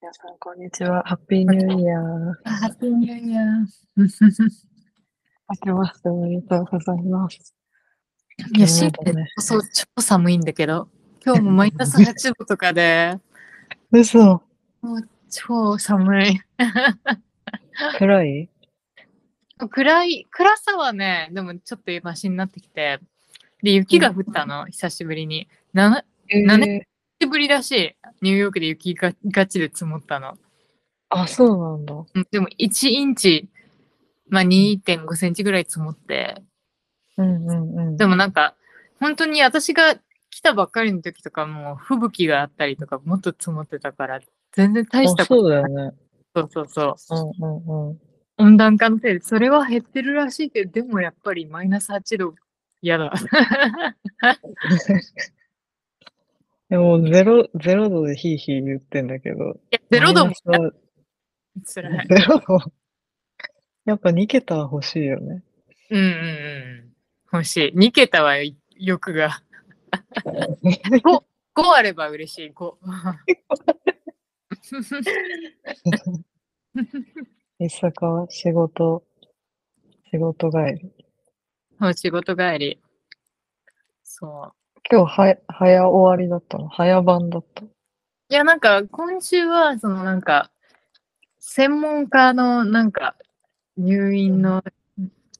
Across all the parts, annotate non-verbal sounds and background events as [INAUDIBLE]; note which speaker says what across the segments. Speaker 1: 皆さん、こんにちは。ハッピーニューイヤー。
Speaker 2: あハッピーニューイヤー。
Speaker 1: 明けましておめでとうございます。
Speaker 2: いや、シーケこそ超寒いんだけど、今日もマイナス8度とかで、
Speaker 1: 嘘
Speaker 2: 超寒い。
Speaker 1: 暗い
Speaker 2: 暗い、暗さはね、でもちょっとマシになってきて、で、雪が降ったの、久しぶりに。なな
Speaker 1: え
Speaker 2: なん
Speaker 1: ー、
Speaker 2: 久しぶりだし、ニューヨークで雪がガチで積もったの。
Speaker 1: あ、そうなんだ。
Speaker 2: うんでも1インチ、まあ2.5センチぐらい積もって、
Speaker 1: うんうんうん。
Speaker 2: でもなんか、本当に私が来たばっかりの時とかもう吹雪があったりとかもっと積もってたから、全然大した
Speaker 1: あ
Speaker 2: こ
Speaker 1: そ
Speaker 2: と
Speaker 1: うだ
Speaker 2: ない。
Speaker 1: よね。
Speaker 2: そうそうそう
Speaker 1: うんうんうん。
Speaker 2: 温暖化のせいで、それは減ってるらしいけど、でもやっぱりマイナス8度嫌だ。
Speaker 1: で [LAUGHS] も、ゼロ、ゼロ度でヒーヒー言ってんだけど。
Speaker 2: いやゼロ度
Speaker 1: マ
Speaker 2: も
Speaker 1: イナスは
Speaker 2: つら
Speaker 1: [LAUGHS]
Speaker 2: い。
Speaker 1: ゼロ度。やっぱ2桁は欲しいよ [LAUGHS] ね。
Speaker 2: うんうんうん。欲しい。2桁は欲 [LAUGHS] が。5あれば嬉しい、5。 [LAUGHS]
Speaker 1: いさかは仕事、仕事帰り。
Speaker 2: お仕事帰り。そう。
Speaker 1: 今日は、早終わりだったの早番だった。
Speaker 2: いや、なんか、今週は、そのなんか、専門家の、なんか、入院の、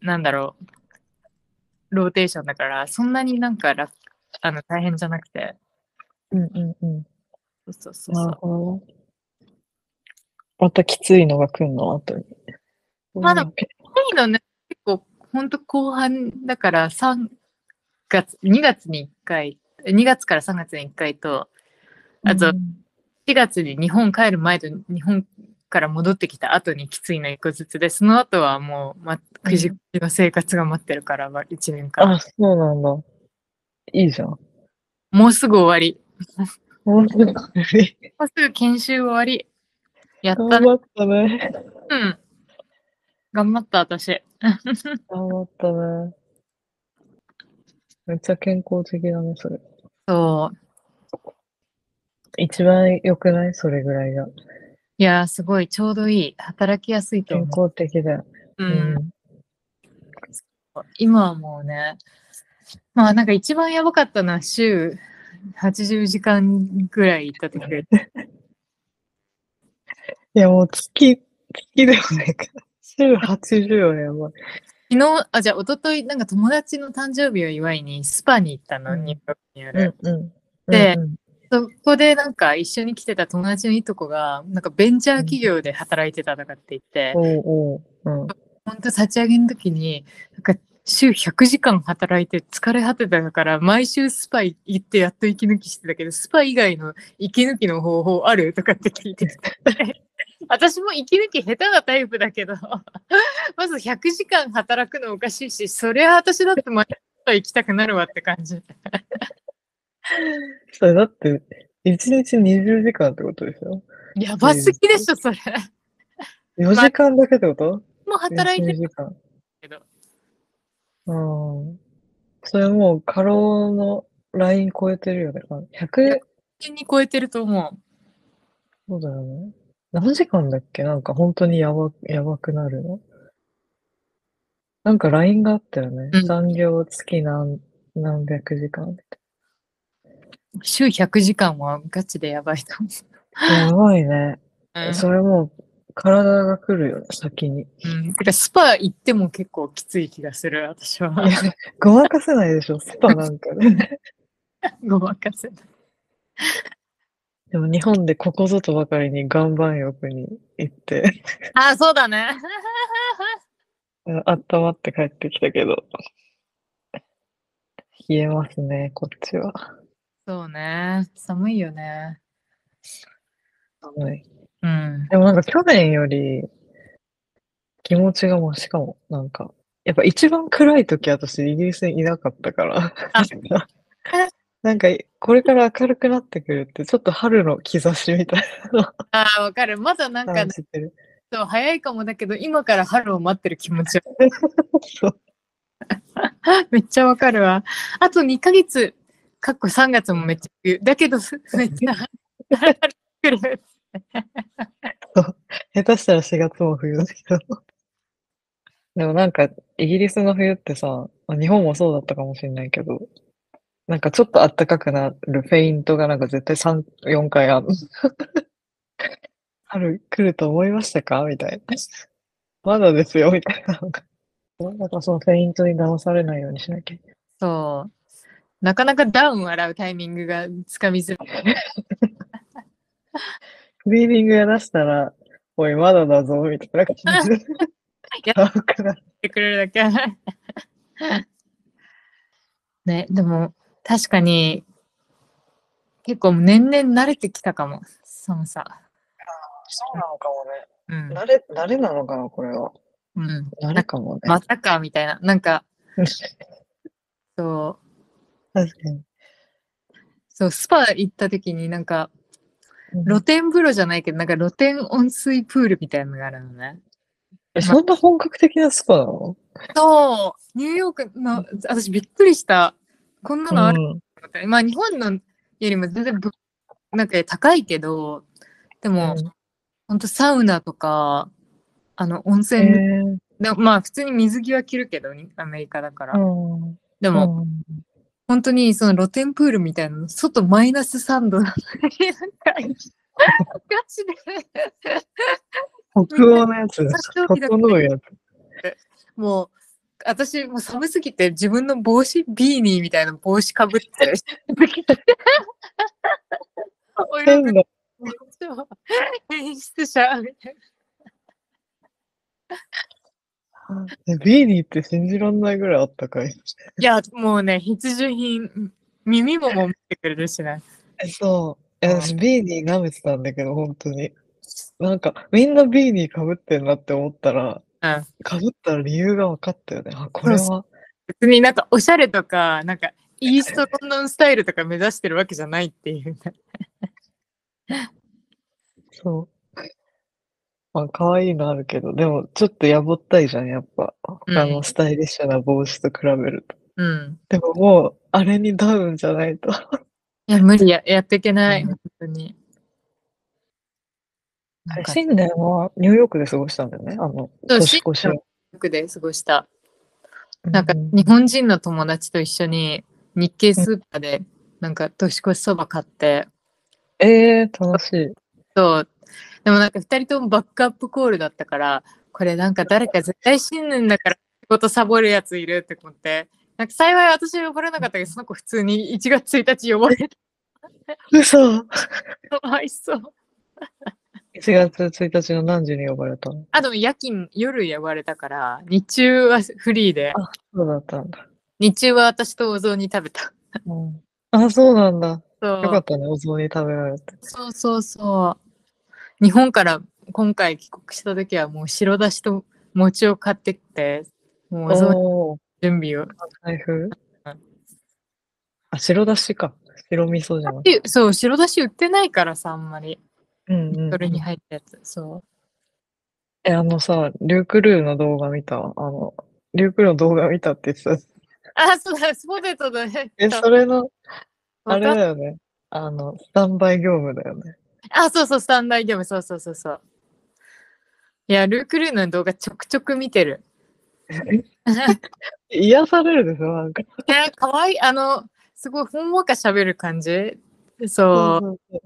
Speaker 2: なんだろう、ローテーションだから、そんなになんか楽、あの、大変じゃなくて。
Speaker 1: うんうんうん。
Speaker 2: そうそうそうそ
Speaker 1: なる
Speaker 2: う。
Speaker 1: ほど。またきついのが来るの後に。
Speaker 2: まだ
Speaker 1: うん
Speaker 2: いいのね、結構、ほんと後半だから、3月、2月に1回、2月から3月に1回と、あと
Speaker 1: うん
Speaker 2: 4月に日本帰る前と日本から戻ってきた後にきついの1個ずつで、その後はもう、ま、くじくじの生活が待ってるから、1年間。
Speaker 1: あ、そうなんだ。いいじゃん。
Speaker 2: もうすぐ終わり。
Speaker 1: 本当だ
Speaker 2: もうすぐ研修終わり。やっ
Speaker 1: 頑
Speaker 2: たね。
Speaker 1: 張ったね。
Speaker 2: うん。頑張った、私。
Speaker 1: 頑張ったね。めっちゃ健康的だね、それ。
Speaker 2: そう。
Speaker 1: 一番良くないそれぐらいが。
Speaker 2: いやー、すごい、ちょうどいい。働きやすいと
Speaker 1: 健
Speaker 2: 思う。
Speaker 1: 康的だよ。
Speaker 2: う。。
Speaker 1: うん
Speaker 2: 今はもうね、まあなんか一番やばかったのは週80時間ぐらい行った時
Speaker 1: [LAUGHS]
Speaker 2: で。
Speaker 1: いや、もう月、月でもないから。週80はやばい。
Speaker 2: 昨日、あ、じゃあ一昨日なんか友達の誕生日を祝いにスパに行ったの、
Speaker 1: うん
Speaker 2: ニューヨークにある。
Speaker 1: うんうん。
Speaker 2: で
Speaker 1: うんうん
Speaker 2: そこでなんか一緒に来てた友達のいとこが、なんかベンチャー企業で働いてたとかって言って、
Speaker 1: おうおう。うん。
Speaker 2: 本当立ち上げの時に、なんか週100時間働いて疲れ果てたから、毎週スパイ行ってやっと息抜きしてたけど、スパイ以外の息抜きの方法あるとかって聞いてきて。 [LAUGHS] 私も息抜き下手なタイプだけど、 [LAUGHS] まず100時間働くのおかしいし、そりゃ私だって毎日スパイ行きたくなるわって感じ。
Speaker 1: それだって、一日20時間ってことでしょ
Speaker 2: やばすぎでしょ、それ。
Speaker 1: ?4 時間だけってこと
Speaker 2: もう働いて
Speaker 1: 20
Speaker 2: る
Speaker 1: 時間。
Speaker 2: けど。
Speaker 1: うん。それもう過労のライン超えてるよね。100、
Speaker 2: 1に超えてると思う。
Speaker 1: そうだよね。何時間だっけなんか本当にやば、やばくなるのなんかラインがあったよね
Speaker 2: う。ん
Speaker 1: 残業月何、何百時間って。
Speaker 2: 週100時間はガチでやばいと思
Speaker 1: やばいね。
Speaker 2: う。うん
Speaker 1: それもう体が来るよね、先に。
Speaker 2: うん、てかスパ行っても結構きつい気がする、私は。
Speaker 1: いやごまかせないでしょ、スパなんかね。
Speaker 2: ごまかせない。
Speaker 1: [LAUGHS] でも日本でここぞとばかりに岩盤浴に行って、
Speaker 2: あ、そうだね。
Speaker 1: うん温まって帰ってきたけど、冷えますね、こっちは。
Speaker 2: [LAUGHS] そうね。寒いよね。
Speaker 1: はい、
Speaker 2: うん。
Speaker 1: でもなんか去年より気持ちがマシかも。なんか、やっぱ一番暗い時私イギリスにいなかったから、 [LAUGHS] なんかこれから明るくなってくるってちょっと春の兆しみたい
Speaker 2: あー、わかる。まだなん
Speaker 1: な
Speaker 2: か
Speaker 1: 感、じてる。
Speaker 2: そう早いかもだけど、今から春を待ってる気持ち。 [LAUGHS]
Speaker 1: そう
Speaker 2: めっちゃわかるわ。あと2ヶ月、かっこ3月もめっちゃ冬。だけど、めっちゃ春が来る。
Speaker 1: 下手したら4月も冬だけど。 [LAUGHS] でもなんか、イギリスの冬ってさ、まあ日本もそうだったかもしれないけど、なんかちょっと暖かくなるフェイントがなんか絶対3、4回ある。 [LAUGHS] 春来ると思いましたかみたいな。 [LAUGHS] まだですよ、みたいなのが。なんだかそのフェイントに騙されないようにしなきゃ。
Speaker 2: そう。なかなかダウンを洗うタイミングがつかみづらい。
Speaker 1: クリーニングが出したら、おい、まだだぞ、みたいな感じで。
Speaker 2: や
Speaker 1: やば [LAUGHS] くなる
Speaker 2: ってくれるだけ。 [LAUGHS] ね、でも確かに結構年々慣れてきたかも、寒さ。
Speaker 1: そうなのかもね。
Speaker 2: うん。
Speaker 1: 慣れ、慣れなのかな、これは。
Speaker 2: うん、
Speaker 1: 慣れかもね。
Speaker 2: またかみたいな。なんか、
Speaker 1: [LAUGHS] 確
Speaker 2: そう、
Speaker 1: かに。
Speaker 2: そう、スパ行った時になんか、
Speaker 1: ロ
Speaker 2: 露天風呂じゃないけど、なんか露天温水プールみたいなのがあるのね。
Speaker 1: えそんな本格的なスパなの
Speaker 2: そう、ニューヨークの、私びっくりした。こんなのある
Speaker 1: うん
Speaker 2: と思ってまあ日本のよりも全然ぶなんか高いけど、でも、
Speaker 1: うん
Speaker 2: ほんとサウナとか、あの、温
Speaker 1: へ
Speaker 2: 泉、
Speaker 1: ー
Speaker 2: でまあ普通に水着は着るけど、アメリカだから。
Speaker 1: うん
Speaker 2: でも、
Speaker 1: うん
Speaker 2: 本当にその露天プールみたいなの、外マイナス3度なのに、なんか、ガチで、
Speaker 1: 北欧のやつ。
Speaker 2: 北欧だ
Speaker 1: 北欧のやつ。
Speaker 2: もう、私、もう寒すぎて、自分の帽子、ビーニーみたいな帽子かぶって、お色
Speaker 1: 変
Speaker 2: 々
Speaker 1: だ。
Speaker 2: そう演出者みたい
Speaker 1: えビーニーって信じらんないぐらいあったかい。
Speaker 2: な。いや、もうね、必需品、耳ももってくれるしね。
Speaker 1: えそう。え
Speaker 2: うん
Speaker 1: 私、ビーニー舐めてたんだけど、本当に。なんか、みんなビーニーかぶってんなって思ったら、
Speaker 2: うん
Speaker 1: かぶったら理由が分かったよね。あ、これ
Speaker 2: そ
Speaker 1: は。
Speaker 2: 別になんかおしゃれとか、なんかイーストロンドンスタイルとか目指してるわけじゃないっていう。
Speaker 1: そう。 [LAUGHS] まあ、可愛いのあるけど、でも、ちょっとやぼったいじゃん、やっぱ。他
Speaker 2: うん
Speaker 1: のスタイリッシュな帽子と比べると。
Speaker 2: うん。
Speaker 1: でももう、あれにダウンじゃないと。
Speaker 2: いや、無理や、やっていけない、
Speaker 1: うん
Speaker 2: 本当に。なんか、
Speaker 1: 新年はニューヨークで過ごしたんだよね、あの、
Speaker 2: そう
Speaker 1: 年越し
Speaker 2: 新年
Speaker 1: を
Speaker 2: は。で過ごした。なんか、
Speaker 1: うん
Speaker 2: 日本人の友達と一緒に日系スーパーで、なんか、年越しそば買って、
Speaker 1: えー、楽しい。
Speaker 2: そう。でもなんか、二人ともバックアップコールだったから、これなんか誰か絶対新年だから仕事サボるやついるって思って、なんか幸い私は呼ばれなかったけど、その子普通に1月1日呼ばれ
Speaker 1: 嘘 !1
Speaker 2: [LAUGHS] かわいそう。
Speaker 1: 月1日の何時に呼ばれたの
Speaker 2: あ、でも夜勤、夜呼ばれたから、日中はフリーで、
Speaker 1: そうだったんだ。
Speaker 2: 日中は私とお雑煮食べた。
Speaker 1: うん、あ、そうなんだ。
Speaker 2: そ
Speaker 1: よか
Speaker 2: う
Speaker 1: ったね、お雑煮食べられて。
Speaker 2: そうそうそう。日本から今回帰国した時はもう白だしと餅を買ってきて、もうお雑煮の
Speaker 1: おー、
Speaker 2: 準備を。
Speaker 1: 財布あ、白だしか。白味噌じゃなくて。
Speaker 2: そう、白だし売ってないからさ、あんまり。
Speaker 1: うんうん
Speaker 2: それに入ったやつ。そ
Speaker 1: え、あのさ、リュークルーの動画見たわ。あの、リュークルーの動画見たって言ってた。
Speaker 2: う。あ、そうだ、スポテトだね。
Speaker 1: え、それの、あ
Speaker 2: わ
Speaker 1: れ
Speaker 2: かっ
Speaker 1: だよね。あの、スタンバイ業務だよね。
Speaker 2: あ、そうそう、スタンダイ業務、そうそうそうそう。いや、ルークルーの動画ちょくちょく見てる。
Speaker 1: 癒されるでしょ、なんか。
Speaker 2: え、かわいい。あの、すごいほんわか喋る感じ。そう。
Speaker 1: そうそう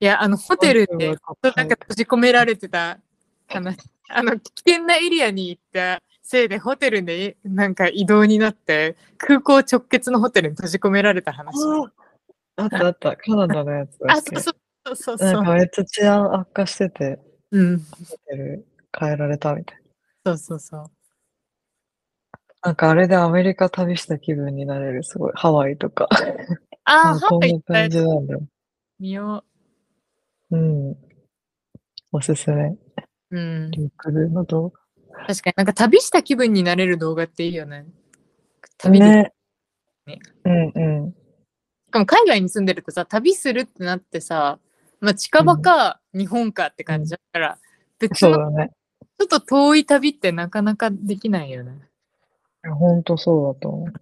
Speaker 2: いや、あの、ホテル
Speaker 1: そう
Speaker 2: で、
Speaker 1: そう
Speaker 2: なんか閉じ込められてた、あの、あの、危険なエリアに行ったせいで、ホテルで、なんか移動になって、空港直結のホテルに閉じ込められた話。
Speaker 1: あーあったあった、カナダのやつだっ
Speaker 2: あ、そ
Speaker 1: け
Speaker 2: うそうそうそうそ
Speaker 1: なん
Speaker 2: う。
Speaker 1: かめっちゃ治安悪化してて、
Speaker 2: うん。
Speaker 1: ホテル変えられたみたいな。
Speaker 2: そうそうそう。
Speaker 1: なんかあれでアメリカ旅した気分になれる、すごい。ハワイとか。
Speaker 2: あ
Speaker 1: あ
Speaker 2: ー、ハ
Speaker 1: こん
Speaker 2: ワイ
Speaker 1: [LAUGHS]
Speaker 2: 行
Speaker 1: な
Speaker 2: ったや
Speaker 1: 感じ
Speaker 2: つ
Speaker 1: なんだよ。
Speaker 2: 見よ
Speaker 1: うん。おすすめ。
Speaker 2: う。うん。
Speaker 1: リュックルーの動画。
Speaker 2: 確かになんか旅した気分になれる動画っていいよね。旅で、
Speaker 1: ね
Speaker 2: ね。
Speaker 1: うんうん。
Speaker 2: しかも海外に住んでるとさ、旅するってなってさ、まあ、近場か日本かって感じだから、別
Speaker 1: そう
Speaker 2: のち
Speaker 1: だね。
Speaker 2: ょっと遠い旅ってなかなかできないよね。
Speaker 1: いやほんとそうだと思う。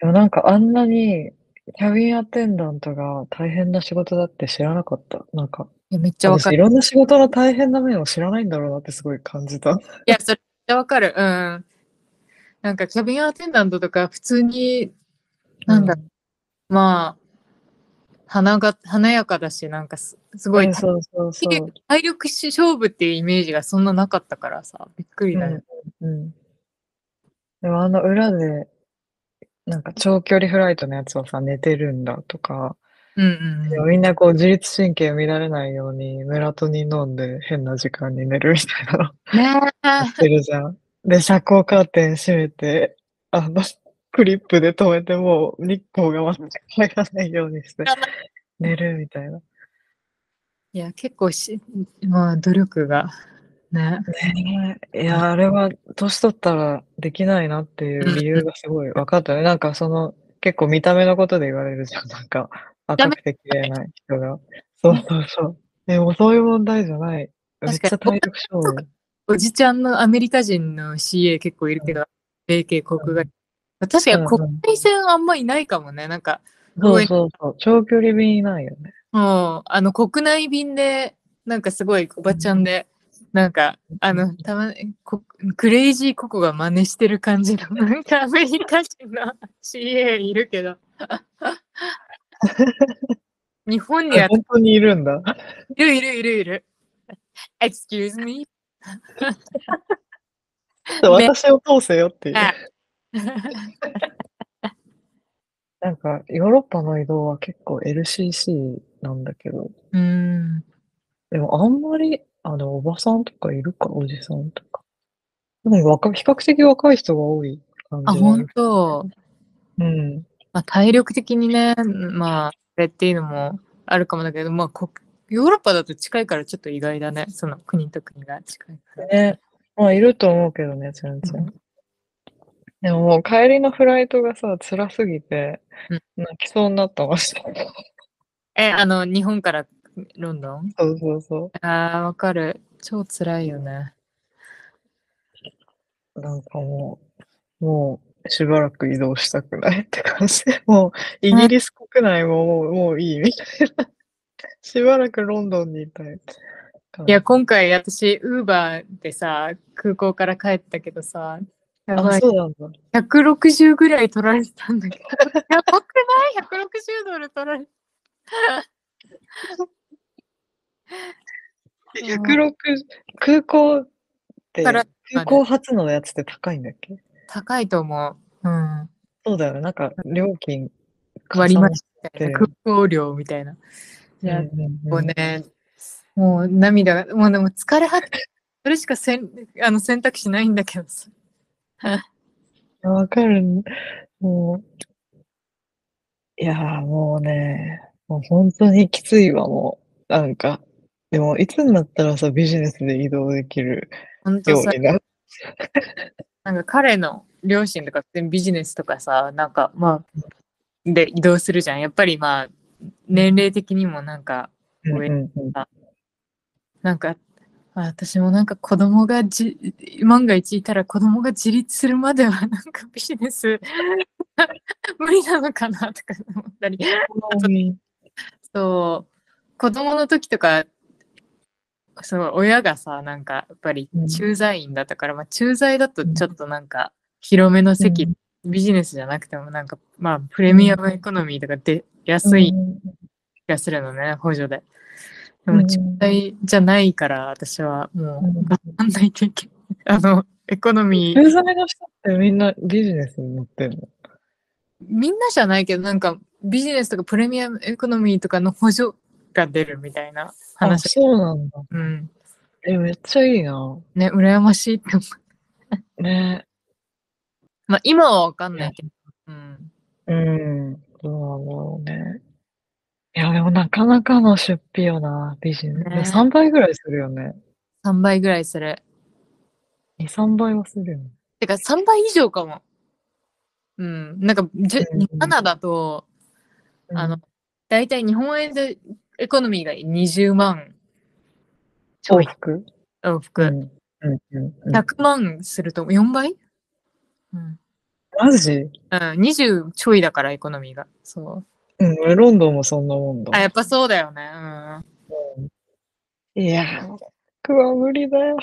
Speaker 1: でもなんかあんなにキャビンアテンダントが大変な仕事だって知らなかった。なんか、
Speaker 2: いやめっちゃわか
Speaker 1: 私い
Speaker 2: る。
Speaker 1: ろんな仕事の大変な面を知らないんだろうなってすごい感じた。
Speaker 2: いや、それめっちゃわかる。うん。なんか、キャビンアテンダントとか、普通に、なんだ、
Speaker 1: う
Speaker 2: まあ、花が、華やかだし、なんかす、すごい
Speaker 1: うん、そうそうそう。
Speaker 2: 体力勝負っていうイメージがそんななかったからさ、びっくりだよ。
Speaker 1: うんうんでもあの裏で、なんか長距離フライトのやつはさ、寝てるんだとか、
Speaker 2: うんうんうん。
Speaker 1: みんなこう自律神経乱れないようにメラトニン飲んで変な時間に寝るみたいな
Speaker 2: ね
Speaker 1: のしてるじゃん。で、遮光カーテン閉めて、あの、クリップで止めてもう日光が全く入らないようにして
Speaker 2: ら
Speaker 1: 寝るみたいな。
Speaker 2: いや、結構し、まあ、努力が、ね。
Speaker 1: ねえいや、あれは年取ったらできないなっていう理由がすごい分かったね。なんかその結構見た目のことで言われるじゃん。なんか
Speaker 2: ダ
Speaker 1: 赤
Speaker 2: メ
Speaker 1: くて綺麗な人が。そうそうそう。でもそういう問題じゃない。めっ
Speaker 2: 確
Speaker 1: ち
Speaker 2: かに
Speaker 1: ゃ体力勝負。
Speaker 2: おじちゃんのアメリカ人の CA 結構いるけど、米系国外。確かに
Speaker 1: うんうん
Speaker 2: 国内線あんまいないかもね。なんか、
Speaker 1: そ
Speaker 2: 応
Speaker 1: う
Speaker 2: 援
Speaker 1: そうそう。長距離便いないよね。
Speaker 2: もう、あの、国内便で、なんかすごいおばちゃんで、なんか、あの、たまに、こクレイジーココが真似してる感じの、 [LAUGHS] なんかアメリカ人の CA いるけど。 [LAUGHS] 日本には、
Speaker 1: 本当にいるんだ。
Speaker 2: いるいるいるいる。Excuse me?
Speaker 1: 私を通せよっていう。
Speaker 2: あ
Speaker 1: なんかヨーロッパの移動は結構 LCC なんだけど、
Speaker 2: うん。
Speaker 1: でもあんまり、あの、おばさんとかいるか、おじさんとか。でも若い比較的若い人が多い感
Speaker 2: あ、
Speaker 1: じはあ
Speaker 2: 本
Speaker 1: る。
Speaker 2: 当。
Speaker 1: うん。
Speaker 2: まあ、体力的にね、まあ、あれっていうのもあるかもだけど、まあ、こヨーロッパだと近いからちょっと意外だね。その国と国が近いから。
Speaker 1: ね。まあ、いると思うけどね、全然。
Speaker 2: うん
Speaker 1: でももう帰りのフライトがさ、辛すぎて
Speaker 2: うん、
Speaker 1: 泣き [LAUGHS] そうになってました。
Speaker 2: え、あの、日本からロンドン
Speaker 1: そうそうそ
Speaker 2: ああ、わかる。超辛いよね。
Speaker 1: う。なんかもう、もう、しばらく移動したくないって感じ。もう、イギリス国内ももう、もういいみたいな。しばらくロンドンにいたい感
Speaker 2: い
Speaker 1: じ。
Speaker 2: や、今回私、ウーバーでさ、空港から帰ったけどさ、やば
Speaker 1: あ、
Speaker 2: い。
Speaker 1: そうなんだ。
Speaker 2: 160ぐらい取られてたんだけど。 [LAUGHS] やばくない ?160 ドル取られてうん
Speaker 1: 160空港って
Speaker 2: から
Speaker 1: 空港発のやつって高いんだっけ
Speaker 2: 高いと思う。うん。
Speaker 1: そうだよねなんか料金
Speaker 2: 割りまし
Speaker 1: っててる
Speaker 2: 空港料みたいな。いや
Speaker 1: うんうん
Speaker 2: もうね、もう涙が、もうでも疲れ果て、それしかせんあの選択肢ないんだけどさ。
Speaker 1: うんわかるもういやーもうねもう本当にきついわもうなんかでもいつになったらさビジネスで移動できる
Speaker 2: 本当
Speaker 1: よう
Speaker 2: さ、
Speaker 1: になる
Speaker 2: なんか彼の両親とか普通にビジネスとかさ、なんかまあ、で移動するじゃん。やっぱりまあ、年齢的にもなんか、
Speaker 1: うん
Speaker 2: うん
Speaker 1: うんうん
Speaker 2: なんか、あ私もなんか子供がじ、万が一いたら子供が自立するまではなんかビジネス [LAUGHS] 無理なのかなとか思ったり。そう子供の時とかそう親がさなんかやっぱり
Speaker 1: うん
Speaker 2: 駐在員だったから、まあ、駐在だとちょっとなんか広めの席、
Speaker 1: うん
Speaker 2: ビジネスじゃなくてもなんかまあプレミアムエコノミーとかで安い気
Speaker 1: うん
Speaker 2: がするのね、補助で。で
Speaker 1: う
Speaker 2: も
Speaker 1: ん
Speaker 2: 駐在じゃないから私はも
Speaker 1: うん
Speaker 2: う頑張んないといけ [LAUGHS] ない。あのエコノミー
Speaker 1: 駐在の人ってみんなビジネスに乗ってるの
Speaker 2: みんなじゃないけどなんかビジネスとかプレミアムエコノミーとかの補助が出るみたいな
Speaker 1: あ
Speaker 2: 話。
Speaker 1: そうなんだ
Speaker 2: うん
Speaker 1: えめっちゃいいな
Speaker 2: ね、羨ましいって思う。
Speaker 1: ね
Speaker 2: まあ、今はわかんないけど。うん。
Speaker 1: うん、どうなんだろうね。いや、でもなかなかの出費よな、ビジネス。でも
Speaker 2: ね
Speaker 1: 3倍ぐらいするよね。
Speaker 2: 3倍ぐらいする。
Speaker 1: 2、3倍はするよね。
Speaker 2: てか、3倍以上かも。うん。なんか、じゅ
Speaker 1: うん
Speaker 2: カナダと、
Speaker 1: うん
Speaker 2: あの、だいたい日本円でエコノミーが20万ちょ
Speaker 1: 往
Speaker 2: い
Speaker 1: 復
Speaker 2: 往
Speaker 1: う
Speaker 2: 復。
Speaker 1: ん、うん、うん。
Speaker 2: 100万すると4倍うん。
Speaker 1: マジ
Speaker 2: うん、20ちょいだから、エコノミーが。そう。
Speaker 1: うん、俺ロンドンもそんなもんだ
Speaker 2: あ、。やっぱそうだよね。
Speaker 1: いやー、僕は無理だよ。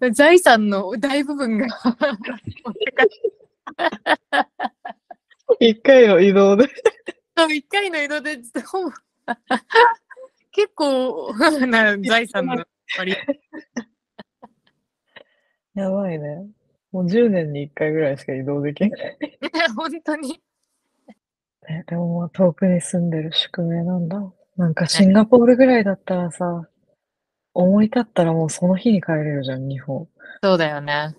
Speaker 2: うん。財産の大部分が [LAUGHS] 持ってかれ
Speaker 1: 一回の移動で。
Speaker 2: そう一回の移動で、ほぼ [LAUGHS] 結構 [LAUGHS] な財産の割合。
Speaker 1: やばいね。もう10年に一回ぐらいしか移動できない。
Speaker 2: [LAUGHS] 本当に。
Speaker 1: ね、でもまあ遠くに住んでる宿命なんだ。なんかシンガポールぐらいだったらさ、思い立ったらもうその日に帰れるじゃん、日本。
Speaker 2: そうだよね。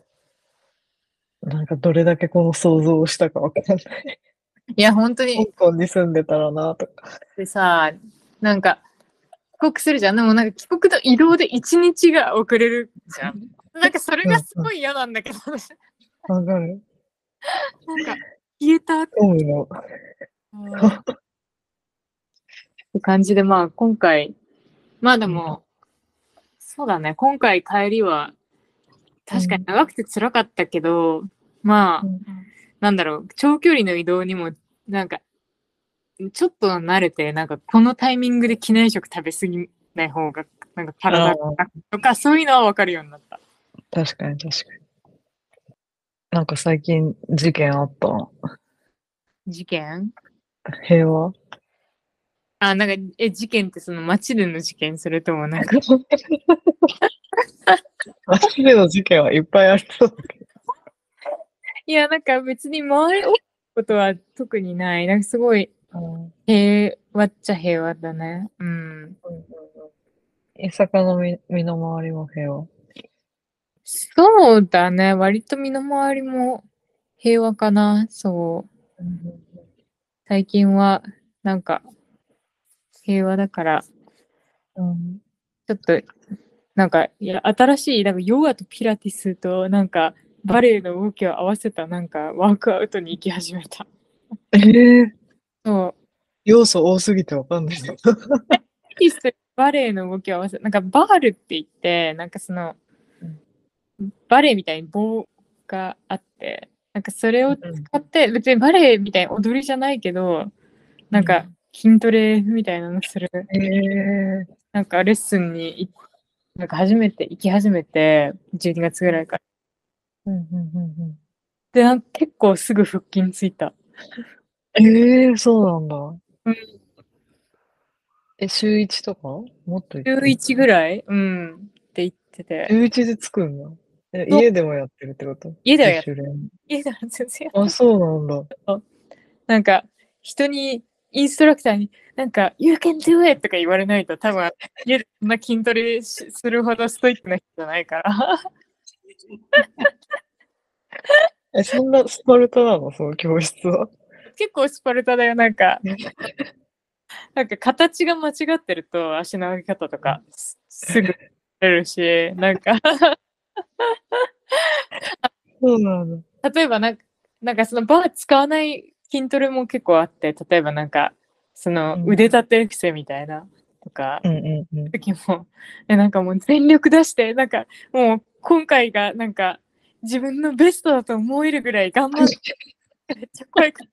Speaker 1: なんかどれだけこの想像をしたかわかんない。
Speaker 2: いや、本当
Speaker 1: 香
Speaker 2: に。
Speaker 1: 港に住んでたらなとか。
Speaker 2: でさ、なんか、帰国するじゃん。でもなんか帰国の移動で一日が遅れるじゃん。なんかそれがすごい嫌なんだけ [LAUGHS] ど、私
Speaker 1: わかる。
Speaker 2: なんか、消えたっ
Speaker 1: 興味の。
Speaker 2: て感じで、まあ今回、まあでも、そうだね、今回帰りは、確かに長くて辛かったけど、まあ、なんだろう、長距離の移動にも、なんか、ちょっと慣れて、なんかこのタイミングで機内食食べ過ぎない方が、なんか体がとか、そういうのは分かるようになった。
Speaker 1: 確かに確かに。なんか最近事件あったな
Speaker 2: 事件
Speaker 1: 平和 [LAUGHS]
Speaker 2: あ、なんか、え、事件ってその街での事件それともなんか、
Speaker 1: マジでの事件はいっぱいありそうだけど。
Speaker 2: いや、なんか別に周り起きたことは特にない。なんかすごい平和っちゃ平和だね。うん。
Speaker 1: 伊坂のみ身の回りも平和。
Speaker 2: そうだね。割と身の回りも平和かな。そう。最近は、なんか、平和だから、
Speaker 1: うん
Speaker 2: ちょっと、なんか、いや、新しい、なんか、ヨガとピラティスと、なんか、バレエの動きを合わせた、なんか、ワークアウトに行き始めた。
Speaker 1: えー、
Speaker 2: そう。
Speaker 1: 要素多すぎてわかんないけど。
Speaker 2: ティスとバレエの動きを合わせなんかバールって言ってなんかその
Speaker 1: うん
Speaker 2: バレエみたいに棒があってなんかそれを使って別にバレエみたいに踊りじゃないけど [LAUGHS] なんか筋トレみたいなのする
Speaker 1: えー、
Speaker 2: なんかレッスンにいなんか初めて行き始めて12月ぐらいから
Speaker 1: うんうんうん
Speaker 2: でなんか結構すぐ腹筋ついた
Speaker 1: うんえー、そうなんだ。
Speaker 2: うん
Speaker 1: え、週一とかもっと
Speaker 2: 週1ぐらいうんって言ってて
Speaker 1: 週一で作るのえ
Speaker 2: そう
Speaker 1: 家でもやってるってこと
Speaker 2: 家ではやっ
Speaker 1: 自主練
Speaker 2: 家だら全然
Speaker 1: あ、そうなんだ。
Speaker 2: なんか人にインストラクターになんか「You can do it!」とか言われないと多分家でそんな筋トレしするほどストイックな人じゃないから [LAUGHS]
Speaker 1: え、そんなスパルタなのその教室は。
Speaker 2: 結構スパルタだよなんかなんか形が間違ってると足の上げ方とかすすぐれるしなんか [LAUGHS]
Speaker 1: そうなんだ。
Speaker 2: 例えばなんかなんかそのバー使わない筋トレも結構あって例えばなんかその
Speaker 1: うん
Speaker 2: 腕立て伏せみたいなとか、
Speaker 1: うんうんうん。
Speaker 2: 時も、えなんかもう全力出して、なんかもう今回がなんか自分のベストだと思えるぐらい頑張って、めっちゃ声か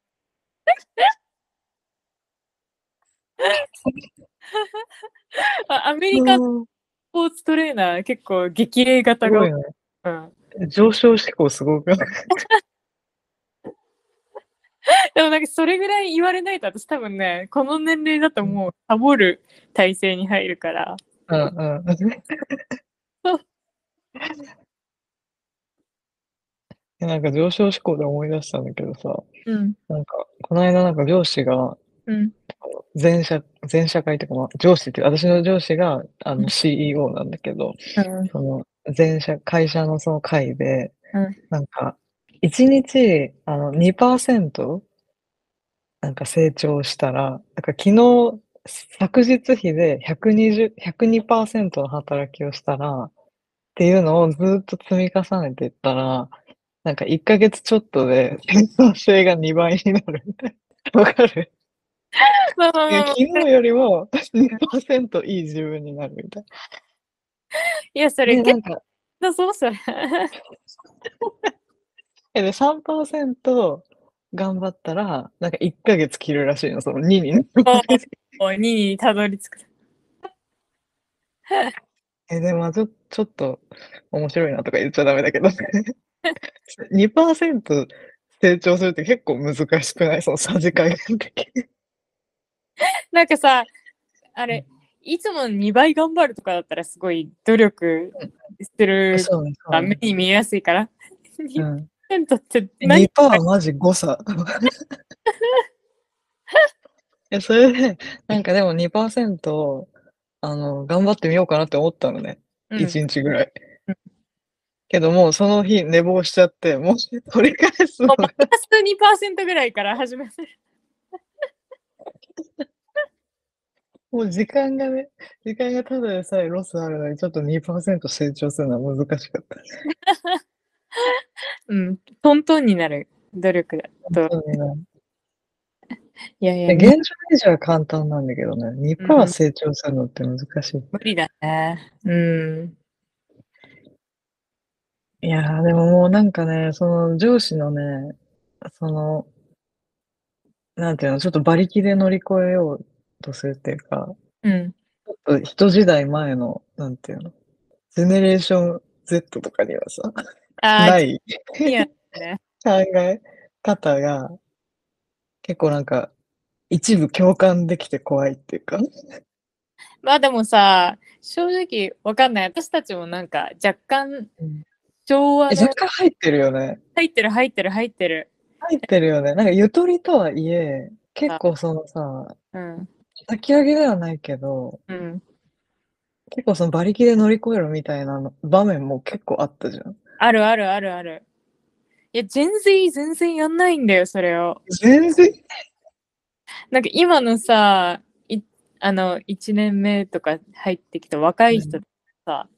Speaker 2: あアメリカの
Speaker 1: うん
Speaker 2: スポーツトレーナー結構激励型
Speaker 1: す
Speaker 2: が
Speaker 1: ご
Speaker 2: 多い
Speaker 1: いね。
Speaker 2: うん、
Speaker 1: 上昇志向すごくない
Speaker 2: でもなんかそれぐらい言われないと私多分ねこの年齢だともうサボる体制に入るから
Speaker 1: うんうん。 [LAUGHS] えなんか上昇志向で思い出したんだけどさ、
Speaker 2: うん
Speaker 1: なんか、この間なんか上司が、
Speaker 2: うん
Speaker 1: 前社、前社会というか、まあ、上司っていう、私の上司が、あ
Speaker 2: うん
Speaker 1: の、CEO なんだけど、
Speaker 2: うん
Speaker 1: その前社、会社のその会で
Speaker 2: うん、
Speaker 1: なんか、1日、あの、2%、なんか成長したら、なんか昨日、昨日比で120、102%の働きをしたら、っていうのをずっと積み重ねていったら、なんか1ヶ月ちょっとで、生産性が2倍になるみたいな。わかる
Speaker 2: まあまあ
Speaker 1: いや
Speaker 2: まあ
Speaker 1: 昨日よりも2%いい自分になるみたい
Speaker 2: いやそ
Speaker 1: な。
Speaker 2: れ
Speaker 1: で
Speaker 2: 結
Speaker 1: なんか
Speaker 2: 構そうそれ
Speaker 1: え、で、3%頑張ったら、なんか1ヶ月切るらしいの、その2人。
Speaker 2: お2にたどり着く。
Speaker 1: え、でもまあちょ、ちょっと面白いなとか言っちゃダメだけどね。2%成長するって結構難しくないそのさじ加減的に。
Speaker 2: なんかさ、あれ、いつもの2倍頑張るとかだったらすごい努力してる
Speaker 1: そうね、そ
Speaker 2: が
Speaker 1: う
Speaker 2: 目
Speaker 1: ね。
Speaker 2: に見えやすいから。
Speaker 1: うん。
Speaker 2: 2%って何
Speaker 1: 2%はマジ誤差。え、それで、なんかでも2%、あの、頑張ってみようかなって思ったのね。
Speaker 2: うん
Speaker 1: 1日ぐらい
Speaker 2: うん。
Speaker 1: けどもうその日寝坊しちゃって、もう取り返すの
Speaker 2: もうマ
Speaker 1: が
Speaker 2: イナス2%ぐらいから始める。
Speaker 1: もう時間がね、時間がただでさえロスあるのに、ちょっと2%成長するのは難しかった。
Speaker 2: うん、トントンになる努力だと。
Speaker 1: そうね
Speaker 2: いやい
Speaker 1: いや
Speaker 2: や、
Speaker 1: 現状維持は簡単なんだけどね、
Speaker 2: うん
Speaker 1: 2%成長するのって難しい。
Speaker 2: 無理だね。うん。
Speaker 1: いやー、でももうなんかね、その上司のね、その、なんていうの、ちょっと馬力で乗り越えようとするっていうか、
Speaker 2: うん。
Speaker 1: 人時代前の、なんていうの、ジェネレーション Z とかにはさ、
Speaker 2: あ
Speaker 1: ない
Speaker 2: あ、いや、
Speaker 1: 考え方が、結構なんか、一部共感できて怖いっていうか、
Speaker 2: まあでもさ、正直わかんない。私たちもなんか若干昭和
Speaker 1: え
Speaker 2: の
Speaker 1: 若干入ってるよね。
Speaker 2: 入ってる入ってる入ってる。
Speaker 1: 入ってるよね。なんかゆとりとはいえ、結構そのさ、
Speaker 2: うん。
Speaker 1: 炊き上げではないけど、
Speaker 2: うん。
Speaker 1: 結構その馬力で乗り越えるみたいなの場面も結構あったじゃん。
Speaker 2: あるあるあるある。いや、全然全然やんないんだよ、それを。
Speaker 1: 全然。
Speaker 2: なんか今のさ、いあの、1年目とか入ってきた若い人とかさ、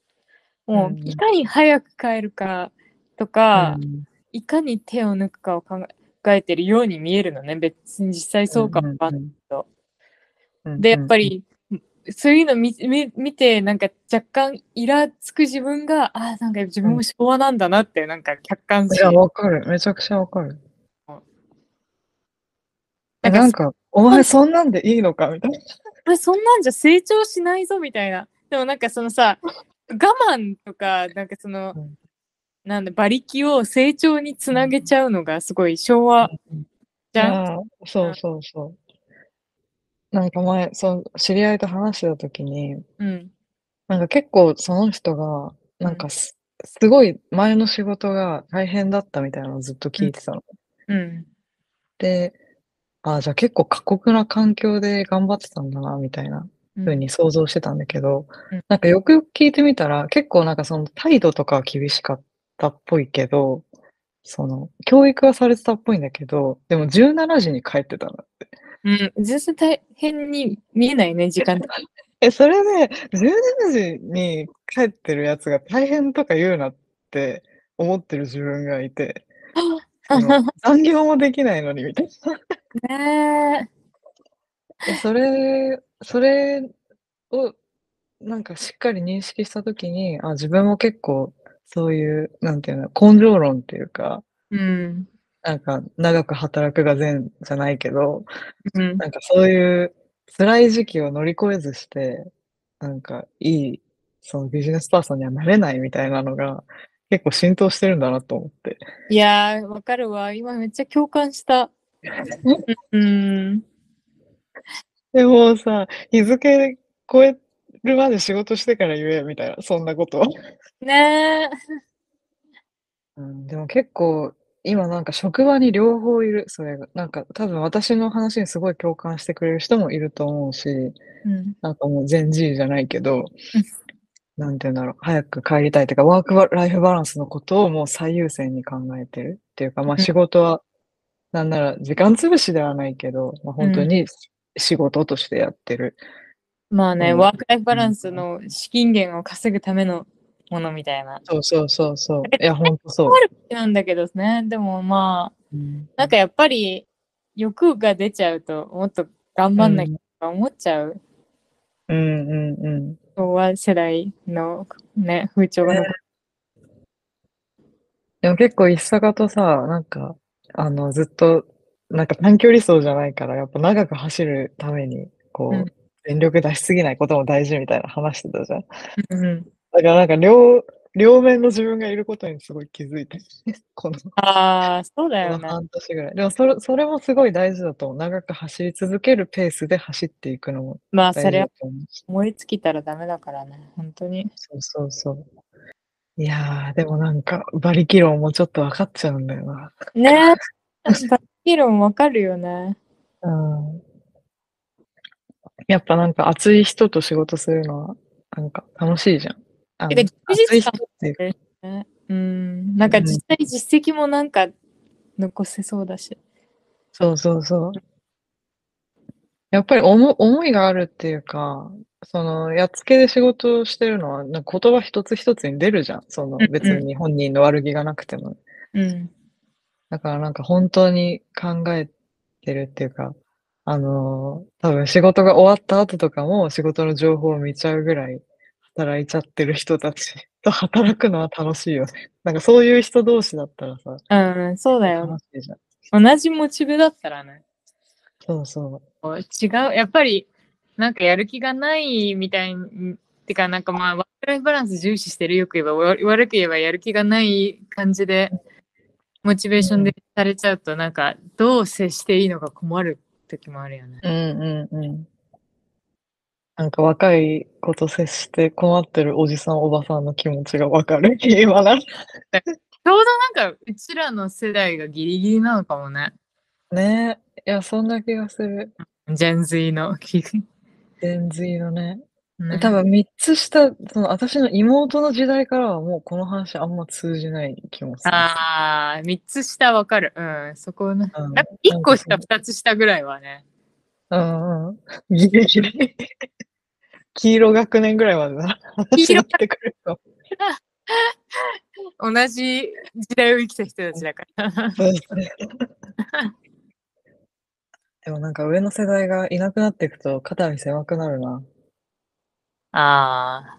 Speaker 1: う
Speaker 2: もうんいかに早く帰るかとか、
Speaker 1: うん
Speaker 2: いかに手を抜くかを考え考えてるように見えるのね。別に実際そうかもわかんないけど。で、やっぱ、り、そういうの見見見て、なんか若干イラつく自分が、ああ、なんか自分も昭和なんだなって、なんか客観
Speaker 1: うんうんい
Speaker 2: 視
Speaker 1: や、わかる。めちゃくちゃわかる。
Speaker 2: な
Speaker 1: え
Speaker 2: んか
Speaker 1: なんか、お前そんなんでいいのかみたいな。
Speaker 2: これそんなんじゃ成長しないぞみたいな。でもなんかそのさ、我慢とか、なんかその、
Speaker 1: うん
Speaker 2: なんだ、馬力を成長につなげちゃうのがすごい昭和じゃん。
Speaker 1: ああ、そうそうそう。なんか前、その知り合いと話してた時に、
Speaker 2: うん。
Speaker 1: なんか結構その人が、なんかす、すごい前の仕事が大変だったみたいなのをずっと聞いてたの。
Speaker 2: うん。
Speaker 1: で、ああ、じゃあ結構過酷な環境で頑張ってたんだな、みたいな
Speaker 2: う
Speaker 1: 風
Speaker 2: ん。
Speaker 1: に想像してたんだけど
Speaker 2: うん、
Speaker 1: なんかよくよく聞いてみたら、結構なんかその態度とかは厳しかったっぽいけど、その、教育はされてたっぽいんだけど、でも17時に帰ってたの。
Speaker 2: うん、全然大変に見えないね、時
Speaker 1: [LAUGHS]
Speaker 2: 間とか。
Speaker 1: え、それで、17時に帰ってるやつが大変とか言うなって思ってる自分がいて、
Speaker 2: [LAUGHS]
Speaker 1: その残業もできないのにみたいな。
Speaker 2: ね
Speaker 1: えそれ、それをなんかしっかり認識したときに、あ、自分も結構そういう、なんていうの、根性論っていうか、
Speaker 2: え。うん。
Speaker 1: なんか長く働くが善じゃないけど、
Speaker 2: うん。
Speaker 1: なんかそういう辛い時期を乗り越えずして、なんかいい、そのビジネスパーソンにはなれないみたいなのが結構浸透してるんだなと思って。
Speaker 2: いやー、わかるわ。今めっちゃ共感した。うん。
Speaker 1: でもさ、日付超えるまで仕事してから言えみたいな、そんなことは。
Speaker 2: ねえ。
Speaker 1: うん、でも結構今なんか職場に両方いる、それが。なんか多分私の話にすごい共感してくれる人もいると思うし、
Speaker 2: うん。
Speaker 1: なんかもう全 G じゃないけど、なんて言うんだろう、早く帰りたいというか、ワークバライフバランスのことをもう最優先に考えてるっていうか、ま
Speaker 2: う
Speaker 1: あ
Speaker 2: ん
Speaker 1: 仕事は、なんなら時間潰しではないけど、まあ本当
Speaker 2: うん
Speaker 1: に仕事としてやってる。
Speaker 2: まあね、
Speaker 1: うん
Speaker 2: ワークライフバランスの資金源を稼ぐためのものみたいな。
Speaker 1: そうそうそうそう。いや、本当そう。
Speaker 2: なんだけどね、でもまあ、
Speaker 1: うん
Speaker 2: なんかやっぱり欲が出ちゃうと、もっと頑張んなきゃとか思っちゃう、
Speaker 1: うんうんうん。
Speaker 2: 昭和世代のね、風潮が残る。
Speaker 1: でも結構、いっさかとさ、なんか、あの、ずっとなんか短距離走じゃないから、やっぱ長く走るために、こ
Speaker 2: うん
Speaker 1: う、全力出しすぎないことも大事みたいな話してたじゃん。
Speaker 2: うん、
Speaker 1: だからなんか両、両面の自分がいることにすごい気づいて、 [LAUGHS] この、こ
Speaker 2: ああ、そうだよ
Speaker 1: の
Speaker 2: ね。
Speaker 1: 半年ぐらい。でもそれ、それもすごい大事だと思う、長く走り続けるペースで走っていくのも
Speaker 2: まあ、
Speaker 1: 大
Speaker 2: そ
Speaker 1: 事だ
Speaker 2: れ
Speaker 1: と思うし。
Speaker 2: 思いつきたらダメだからね、本当に。
Speaker 1: そうそうそう。いやー、でもなんか、馬力論もちょっと分かっちゃうんだよな。
Speaker 2: ねえ、バッキロンわかるよね。
Speaker 1: うん。やっぱなんか熱い人と仕事するのは、なんか楽しいじゃん。あの
Speaker 2: てか
Speaker 1: 熱
Speaker 2: 充
Speaker 1: い
Speaker 2: 実
Speaker 1: 人
Speaker 2: 感
Speaker 1: っていうか、
Speaker 2: うん、なんか
Speaker 1: うん
Speaker 2: 実際実績もなんか残せそうだし。
Speaker 1: そうそうそう。やっぱり思思いがあるっていうか、その、やっつけで仕事をしてるのは、なんか言葉一つ一つに出るじゃん。その
Speaker 2: うんう、ん
Speaker 1: 別に本人の悪気がなくても。
Speaker 2: うん。
Speaker 1: だからなんか本当に考えてるっていうか、あのー多分仕事が終わった後とかも仕事の情報を見ちゃうぐらい働いちゃってる人たちと働くのは楽しいよね。 [LAUGHS] なんかそういう人同士だったらさ、
Speaker 2: うん、そうだよ
Speaker 1: 楽。しいじゃん。
Speaker 2: 同じモチベだったらね。
Speaker 1: そうそ
Speaker 2: 違う、やっぱり、なんかやる気がないみたいに、てか、なんかまあ、ワークライフバランス重視してるよく言えば、わ悪く言えばやる気がない感じで、モチベーションでされちゃうと、なんか、どう接していいのか困る時もあるよね。
Speaker 1: う。うんうんうん。なんか若い子と接して困ってるおじさんおばさんの気持ちがわかる。 [LAUGHS] 今な。
Speaker 2: ちょうどなんか、うちらの世代がギリギリなのかもね。
Speaker 1: ねえ。いや、そんな気がする。
Speaker 2: ジェンズ
Speaker 1: [LAUGHS]
Speaker 2: イの。
Speaker 1: 全然のね。
Speaker 2: ね
Speaker 1: 多分3つ下、その私の妹の時代からはもうこの話あんま通じない気もする。
Speaker 2: ああ、3つ下わかる。うん、そこね。
Speaker 1: うん
Speaker 2: なんか1個下、
Speaker 1: なん
Speaker 2: 2つ下ぐらいはね。
Speaker 1: うんうん。ギリギリ。黄色学年ぐらいまでな
Speaker 2: 黄
Speaker 1: 話
Speaker 2: 色
Speaker 1: になってくると。
Speaker 2: 同じ時代を生きた人たちだから。
Speaker 1: でもなんか上の世代がいなくなっていくと肩身狭くなるな。
Speaker 2: ああ、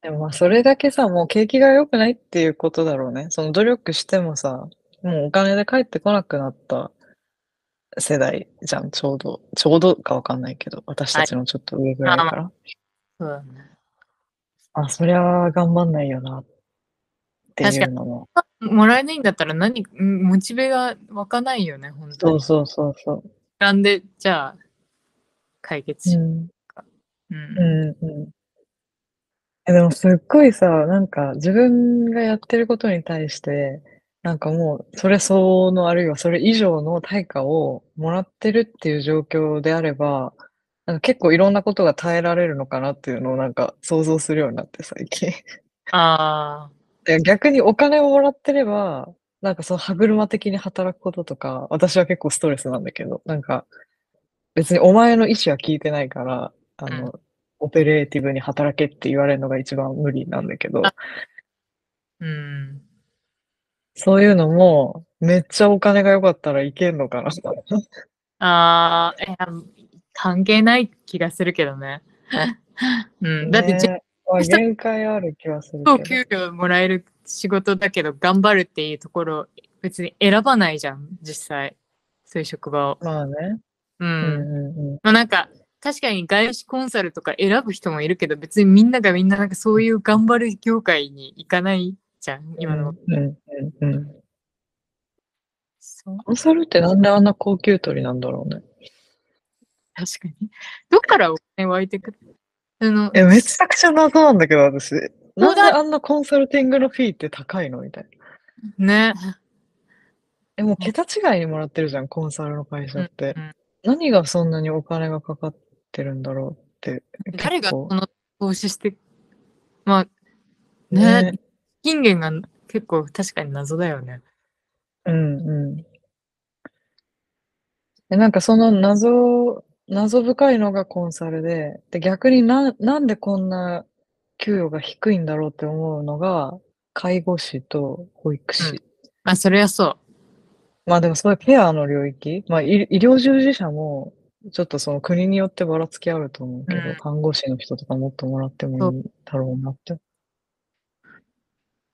Speaker 1: でもまあそれだけさ、もう景気が良くないっていうことだろうね。その努力してもさ、もうお金で返ってこなくなった世代じゃん、ちょうど。ちょうどかわかんないけど、私たちのちょっと上ぐらい
Speaker 2: あー
Speaker 1: から。
Speaker 2: そうだね。
Speaker 1: あ、そりゃ頑張んないよなって
Speaker 2: 確
Speaker 1: い
Speaker 2: か
Speaker 1: うのも。
Speaker 2: もらえないんだったら何、うんモチベが湧かないよね、本当
Speaker 1: そう
Speaker 2: に。
Speaker 1: そうそうそ
Speaker 2: なんで、じゃあ、解決
Speaker 1: う。
Speaker 2: し
Speaker 1: う
Speaker 2: よ
Speaker 1: ん。
Speaker 2: う。う。
Speaker 1: うんんうん。え、でもすっごいさ、なんか自分がやってることに対して、なんかもうそれ相応のあるいはそれ以上の対価をもらってるっていう状況であれば、なんか結構いろんなことが耐えられるのかなっていうのをなんか想像するようになって最近。
Speaker 2: ああ、
Speaker 1: いや逆にお金をもらってれば、なんかその歯車的に働くこととか、私は結構ストレスなんだけど、なんか別にお前の意思は聞いてないから、あの、オペレーティブに働けって言われるのが一番無理なんだけど、
Speaker 2: あうん。
Speaker 1: そういうのも、めっちゃお金が良かったらいけんのかな。
Speaker 2: ああ、いや、関係ない気がするけど
Speaker 1: [LAUGHS]
Speaker 2: ね。うん、だって、自
Speaker 1: ねまあ限界ある気はする
Speaker 2: 分の
Speaker 1: けど。
Speaker 2: 給料もらえる仕事だけど、頑張るっていうところ、別に選ばないじゃん、実際。そういう職場を。
Speaker 1: まあね。
Speaker 2: う
Speaker 1: うん
Speaker 2: ん。
Speaker 1: うんうん。
Speaker 2: まあなんか確かに外資コンサルとか選ぶ人もいるけど別にみんながみんななんかそういう頑張る業界に行かないじゃん今の、
Speaker 1: うんうんうんうん。
Speaker 2: そう
Speaker 1: コンサルってなんであんな高給取りなんだろうね。
Speaker 2: 確かにどっからお金湧いてくるあの
Speaker 1: え、めちゃくちゃ謎なんだけど、私。なんで
Speaker 2: だ
Speaker 1: あんなコンサルティングのフィーって高いのみたいな。
Speaker 2: ね
Speaker 1: え、もう桁違いにもらってるじゃん、コンサルの会社って
Speaker 2: うんうん。
Speaker 1: 何がそんなにお金がかかってるんだろうって。
Speaker 2: 誰が
Speaker 1: 結
Speaker 2: こ
Speaker 1: 構
Speaker 2: の投資してまあね
Speaker 1: ね。
Speaker 2: 金源が結構確かに謎だよね
Speaker 1: うんうん。え、なんかその謎、謎深いのがコンサルで、で、逆にな、なんでこんな給与が低いんだろうって思うのが、介護士と保育士。
Speaker 2: うんまあそれはそ
Speaker 1: まあでもそういうペアの領域、まあ医、医療従事者も、ちょっとその国によってばらつきあると思うけど、
Speaker 2: うん
Speaker 1: 看護師の人とかもっともらってもいいだろうなって。
Speaker 2: う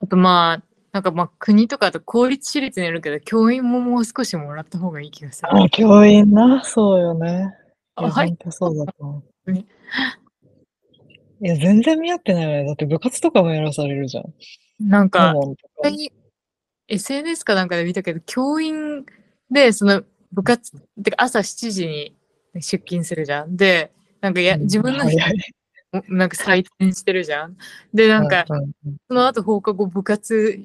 Speaker 2: あとまあなんかまあ国とかあと公立私立によるけど教員ももう少しもらった方がいい気がする。
Speaker 1: あ、教員な、そうよね。い
Speaker 2: あ
Speaker 1: や、
Speaker 2: はい
Speaker 1: 本当そうだと思う。
Speaker 2: ね
Speaker 1: いや、全然見合ってないよね。だって部活とかもやらされるじゃん。
Speaker 2: なんか
Speaker 1: 顧問と
Speaker 2: 実際に SNS かなんかで見たけど教員でその部活てか朝7時に出勤するじゃん。でなんかや
Speaker 1: うん
Speaker 2: 自分の
Speaker 1: 早い
Speaker 2: なんか採点してるじゃん。でなんか
Speaker 1: うんうん
Speaker 2: その後放課後部活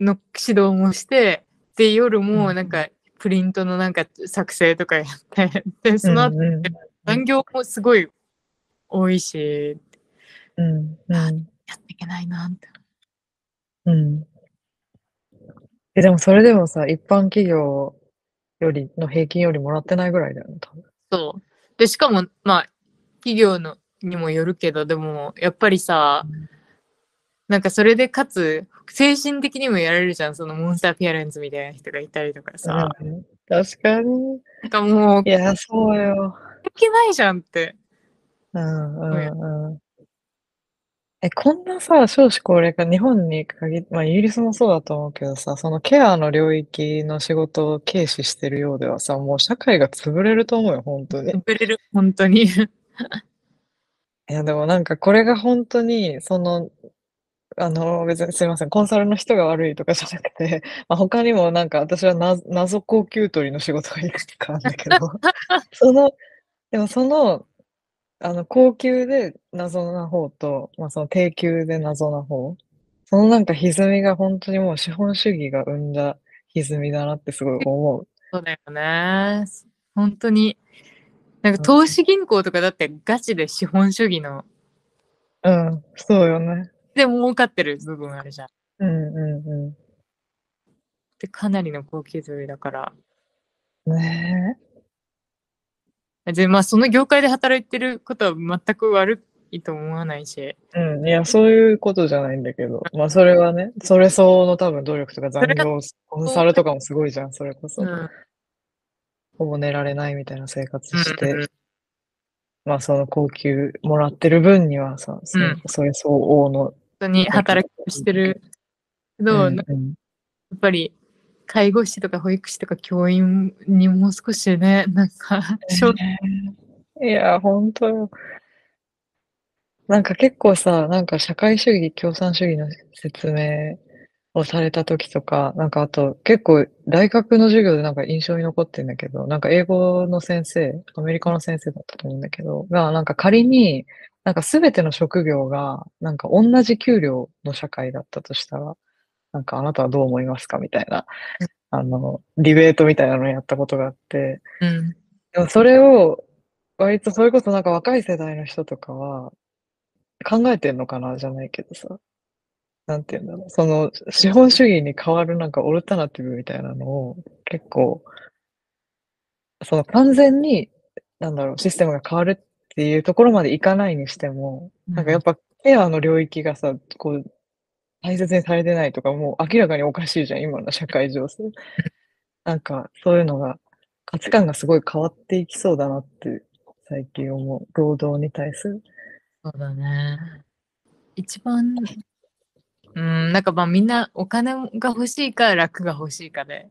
Speaker 2: の指導もしてで夜も
Speaker 1: うん
Speaker 2: なんかプリントのなんか作成とかやってでその後
Speaker 1: うんうん
Speaker 2: 残業もすごい多いし
Speaker 1: うん
Speaker 2: [LAUGHS]
Speaker 1: うん
Speaker 2: やっていけないなって。
Speaker 1: うんえ、でもそれでもさ、一般企業よりの平均よりもらってないぐらいだよね、多分。
Speaker 2: そう。で、しかも、まあ、企業のにもよるけど、でも、やっぱりさ
Speaker 1: うん、
Speaker 2: なんかそれで、かつ、精神的にもやられるじゃん、そのモンスターピアレンツみたいな人がいたりとかさ。
Speaker 1: うん確かに。
Speaker 2: なんかもう、
Speaker 1: い
Speaker 2: い
Speaker 1: や、そうよ。
Speaker 2: けないじゃんって。
Speaker 1: うんうんうん。え、こんなさ、少子高齢化、日本に限り、まあ、イギリスもそうだと思うけどさ、そのケアの領域の仕事を軽視してるようではさ、もう社会が潰れると思うよ、本当に。い
Speaker 2: 潰れる、本当に。
Speaker 1: や、でもなんかこれが本当に、その、あの、別にすいません、コンサルの人が悪いとかじゃなくて、 [LAUGHS] まあ、他にもなんか私はな謎高給取りの仕事がいくつかあるんだけど、その、でもその、あの、高級で謎な方と、まあ、その低級で謎な方、そのなんか歪みが本当にもう資本主義が生んだ歪みだなってすごい思う。
Speaker 2: そうだよね。本当に。なん
Speaker 1: う
Speaker 2: か
Speaker 1: ん
Speaker 2: 投資銀行とかだってガチで資本主義の、
Speaker 1: うん、そうよね。
Speaker 2: で儲かってる部分あるじゃん。
Speaker 1: うんうん
Speaker 2: で、かなりの高級取りだから。
Speaker 1: うん。ね
Speaker 2: で、まあ、その業界で働いてることは全く悪いと思わないし、
Speaker 1: え。うん、いや、そういうことじゃないんだけど、まあ、それはね、それ相応の多分努力とか
Speaker 2: それ
Speaker 1: 残業、
Speaker 2: が
Speaker 1: コンサルとかもすごいじゃん、それこそ。
Speaker 2: うん
Speaker 1: ほぼ寝られないみたいな生活
Speaker 2: うん
Speaker 1: して、まあその高級もらってる分にはさ、そ
Speaker 2: うん
Speaker 1: それ相応の、
Speaker 2: 本当に働きをしてるけど、
Speaker 1: うん
Speaker 2: や
Speaker 1: うん
Speaker 2: っぱり介護士とか保育士とか教員にもう少しね、なんか、少
Speaker 1: ねいや、本当よ。なんか結構さ、なんか社会主義、共産主義の説明をされた時とか、なんかあと結構大学の授業でなんか印象に残ってんだけど、なんか英語の先生、アメリカの先生だったと思うんだけど、がなんか仮に、なんか全ての職業がなんか同じ給料の社会だったとしたら、なんかあなたはどう思いますかみたいな、あの、ディベートみたいなのをやったことがあって、
Speaker 2: うん、
Speaker 1: でもそれを、割とそれこそなんか若い世代の人とかは、考えてんのかなじゃないけどさ。なんていうんだろう。その、資本主義に代わるなんかオルタナティブみたいなのを、結構、その完全に、なんだろう、システムが変わるっていうところまでいかないにしても、なんかやっぱケアの領域がさ、こう、大切にされてないとか、もう明らかにおかしいじゃん、今の社会 [LAUGHS] 情勢。なんか、そういうのが、価値観がすごい変わっていきそうだなって、最近思う。労働に対する。
Speaker 2: そうだね。一番、うん、なんかまあみんなお金が欲しいか楽が欲しいかで、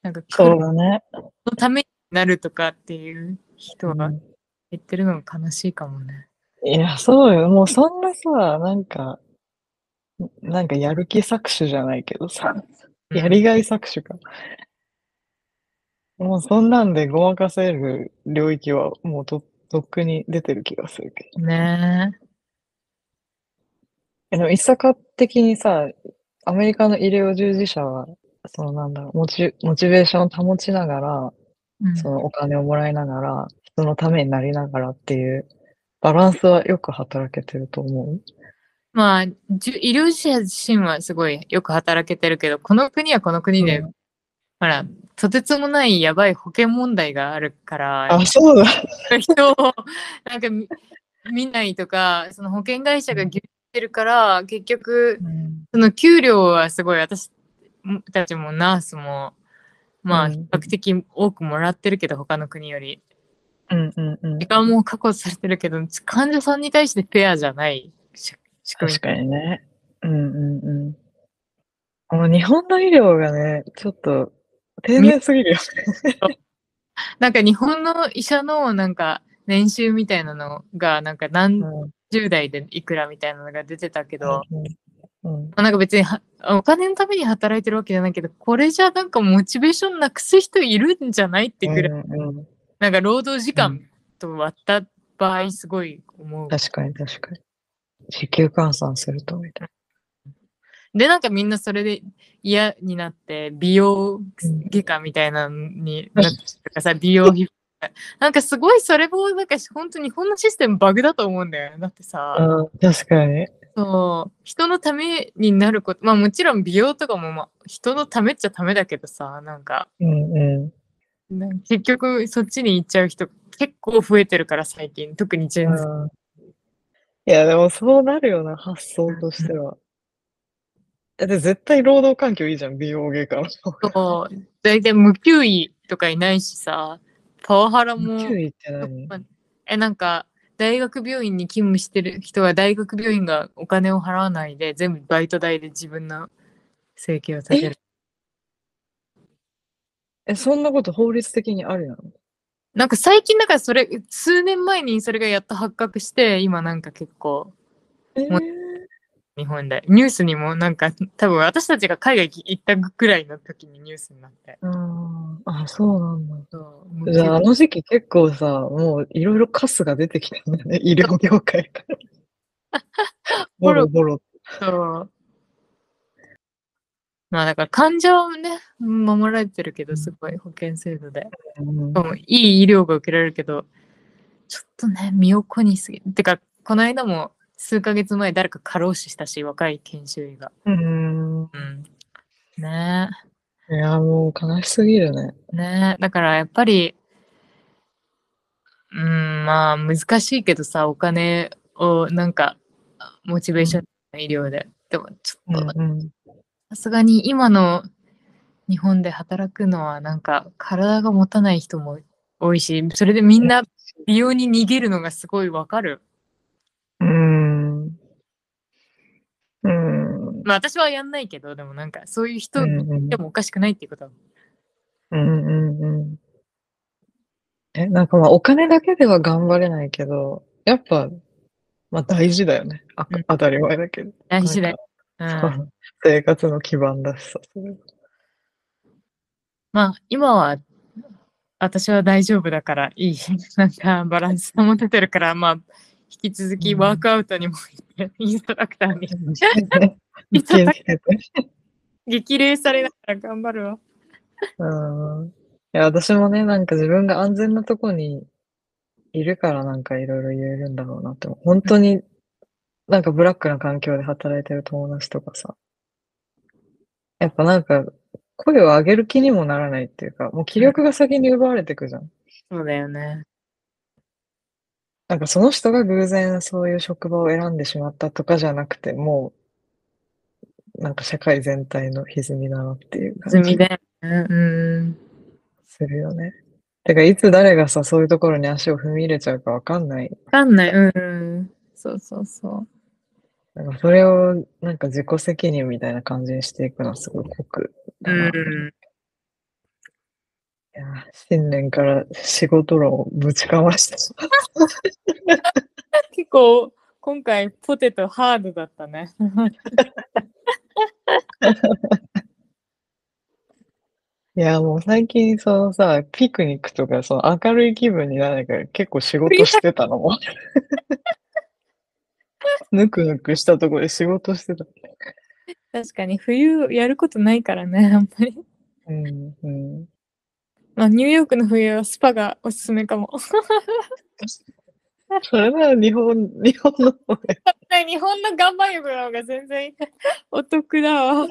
Speaker 2: なんか苦労
Speaker 1: だね。
Speaker 2: のためになるとかっていう人
Speaker 1: う
Speaker 2: は
Speaker 1: ん
Speaker 2: 言ってるのが悲しいかもね。
Speaker 1: いや、そうよ。もうそんなさ、なんか、なんかやる気搾取じゃないけどさ、
Speaker 2: うん
Speaker 1: やりがい搾取か。もうそんなんでごまかせる領域はもうと、とっくに出てる気がするけど。
Speaker 2: ねえ。
Speaker 1: え、でも、一坂的にさ、アメリカの医療従事者は、そのなんだろう、モチ、モチベーションを保ちながら、
Speaker 2: うん
Speaker 1: そのお金をもらいながら、人のためになりながらっていう、バランスはよく働けてると思う。
Speaker 2: まあ、じゅ医療者自身はすごいよく働けてるけど、この国はこの国で、
Speaker 1: うん
Speaker 2: ほら、とてつもないやばい保険問題があるから
Speaker 1: あ、、そうだ。
Speaker 2: 人をなんかみ見ないとか、その保険会社が
Speaker 1: うん
Speaker 2: 牛耳ってるから、結局、
Speaker 1: うん
Speaker 2: その給料はすごい私たちもナースも、
Speaker 1: う
Speaker 2: まあ、
Speaker 1: ん
Speaker 2: 比較的多くもらってるけど、他の国より。
Speaker 1: うんうんうん
Speaker 2: 時。間も確保されてるけど、患者さんに対してフェアじゃない仕仕組み
Speaker 1: 確かにね。うんうんうん。あの日本の医療がね、ちょっと丁寧すぎるよね。
Speaker 2: なんか日本の医者のなんか年収みたいなのがなんか
Speaker 1: う
Speaker 2: 何
Speaker 1: ん
Speaker 2: 十代でいくらみたいなのが出てたけど、
Speaker 1: うんうん
Speaker 2: まあなんか別にはお金のために働いてるわけじゃないけどこれじゃなんかモチベーションなくす人いるんじゃないってくらい、
Speaker 1: うんうん
Speaker 2: なんか労働時
Speaker 1: う
Speaker 2: 間と割った場合すごい思う。
Speaker 1: 確かに確かに。時給換算するとみたい
Speaker 2: でなんかみんなそれで嫌になって美容外科みたいなのにな
Speaker 1: な。
Speaker 2: ったりとかさ美容皮膚科なんかすごいそれもなんか本当に日本のシステムバグだと思うんだよねだってさ、
Speaker 1: うん、確かに。
Speaker 2: そう人のためになることまあもちろん美容とかも、まあ、人のためっちゃためだけどさなんか
Speaker 1: うんう
Speaker 2: なんか結局そっちに行っちゃう人結構増えてるから最近特にジェンズ
Speaker 1: ん。いや、でもそうなるよな、発想としては。だって絶対労働環境いいじゃん、美容外科の方が。
Speaker 2: と大体無給医とかいないしさパワハ
Speaker 1: [LAUGHS]
Speaker 2: ラも
Speaker 1: 注意って何
Speaker 2: えなんか大学病院に勤務してる人は大学病院がお金を払わないで全部バイト代で自分の生計を立てる
Speaker 1: え、そんなこと法律的にあるやん。
Speaker 2: なんか最近だからそれ数年前にそれがやっと発覚して今なんか結構
Speaker 1: え
Speaker 2: も日本でニュースにもなんか多分私たちが海外行ったぐらいの時にニュースになって
Speaker 1: ああ、そうなんだ。
Speaker 2: そう無給
Speaker 1: じゃあ、あの時期結構さ、もういろいろカスが出てきたんだ [LAUGHS] ね、医療業界から。 [LAUGHS] ボロボロ。
Speaker 2: そう。まあだから患者はね、守られてるけど、すごい保険制度で。
Speaker 1: うん
Speaker 2: うんいい医療が受けられるけど、ちょっとね、身を粉にしすぎ。てか、この間も数ヶ月前誰か過労死したし、若い研修医が。
Speaker 1: うん。
Speaker 2: うん。ね
Speaker 1: いや、もう悲しすぎるね。
Speaker 2: え、ねえ。だからやっぱり、うん、まあ難しいけどさ、お金をなんか、モチベーション、医療で。でも、ちょっと、
Speaker 1: うん
Speaker 2: さすがに今の日本で働くのはなんか体が持たない人も多いし、それでみんな美容に逃げるのがすごいわかる。
Speaker 1: うん。うん。うん
Speaker 2: まあ私はやんないけど、でもなんかそういう人
Speaker 1: うん
Speaker 2: でもおかしくないっていうことは。
Speaker 1: うんうんうん。え、なんかまあお金だけでは頑張れないけど、やっぱ、まあ大事だよね。あ
Speaker 2: うん
Speaker 1: 当たり前だけど。
Speaker 2: 大事だ
Speaker 1: よ
Speaker 2: よ。うん、
Speaker 1: [LAUGHS] 生活の基盤だ
Speaker 2: [LAUGHS]
Speaker 1: しさ。それ
Speaker 2: まあ今は私は大丈夫だからいい。 [LAUGHS] なんかバランス保ててるから、まあ引き続き
Speaker 1: うん
Speaker 2: ワークアウトにも行って、 [LAUGHS] インストラクターに
Speaker 1: 一気につけて。
Speaker 2: 激励されながら頑張るわ。
Speaker 1: うん。いや、私もね、なんか自分が安全なとこにいるからなんかいろいろ言えるんだろうなって思う。本当になんかブラックな環境で働いてる友達とかさ。やっぱなんか声を上げる気にもならないっていうか、もう気力が先に奪われてくじゃん。
Speaker 2: そうだよね。
Speaker 1: なんかその人が偶然そういう職場を選んでしまったとかじゃなくて、もうなんか社会全体の歪みだなっていう感
Speaker 2: 積
Speaker 1: じ
Speaker 2: みだよね。うん。
Speaker 1: するよね。てか、いつ誰がさ、そういうところに足を踏み入れちゃうかわかんない。
Speaker 2: わかんない。うん。そうそうそ
Speaker 1: なんかそれを、なんか自己責任みたいな感じにしていくのはすごい酷
Speaker 2: う。
Speaker 1: だな。い
Speaker 2: うん。
Speaker 1: やー新年から仕事論をぶちかました。
Speaker 2: 結構、今回ポテトハードだったね。
Speaker 1: いやー、もう最近、そのさ、ピクニックとか、その明るい気分にならないから、結構仕事してたのも。 [LAUGHS] ぬくぬくしたところで仕事してた。
Speaker 2: [LAUGHS] 確かに冬やることないからね、あんまり。
Speaker 1: うん、うん。
Speaker 2: まあ、ニューヨークの冬はスパがおすすめかも。
Speaker 1: それなら日本、日本の方が
Speaker 2: 日本の岩盤浴の方が全然 [LAUGHS] お得だわ。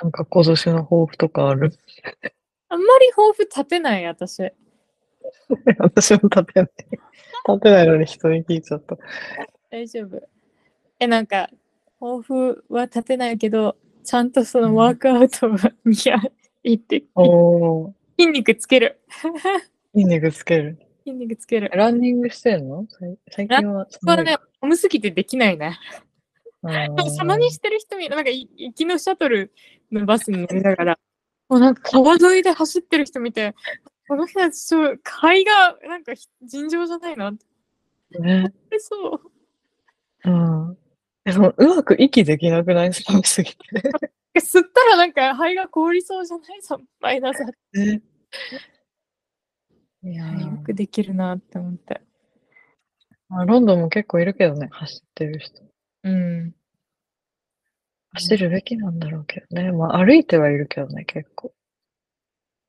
Speaker 1: なんか今年の抱負とかある [LAUGHS]
Speaker 2: あんまり抱負立てない、私。
Speaker 1: 私も立てない。立てないのに人に聞いちゃった。
Speaker 2: 大丈夫。え、なんか、抱負は立てないけど、ちゃんとそのワークアウトは、いや、行って、
Speaker 1: おお。
Speaker 2: 筋肉つける。
Speaker 1: 筋肉つける。
Speaker 2: 筋肉つける。
Speaker 1: ランニングしてんの最最近はそん
Speaker 2: こ
Speaker 1: な
Speaker 2: れ
Speaker 1: に。
Speaker 2: ね、重すぎてできないね。
Speaker 1: うん
Speaker 2: たまにしてる人見る、なんかい行きのシャトルのバスに乗りながら、もうなんか川沿いで走ってる人見て、この人たち、ちょっと肺がなんかひ尋常じゃないなって。
Speaker 1: ね。
Speaker 2: そう。
Speaker 1: うん。えそのうまく息できなくない寒すぎて。
Speaker 2: 吸ったらなんか肺が凍りそうじゃないさ、 [LAUGHS] マイナス
Speaker 1: [LAUGHS] ねいやー
Speaker 2: よくできるなって思って。
Speaker 1: まあ、ロンドンも結構いるけどね、走ってる人。
Speaker 2: うん。
Speaker 1: 走るべきなんだろうけどね。まあ、歩いてはいるけどね、結構。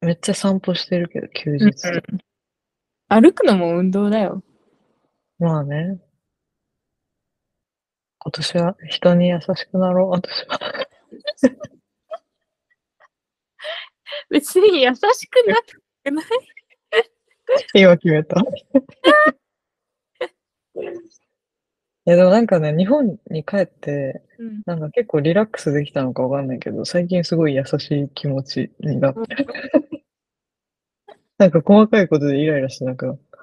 Speaker 1: めっちゃ散歩してるけど、休日とか。
Speaker 2: 歩くのも運動だよ。
Speaker 1: まあね。今年は人に優しくなろう、私は。 [LAUGHS]
Speaker 2: 別に優しくなくない
Speaker 1: 今決めた。え、でもなんかね、日本に帰って、
Speaker 2: うん。
Speaker 1: なんか結構リラックスできたのかわかんないけど、最近すごい優しい気持ちになって、 [LAUGHS] なんか細かいことでイライラしなくなった。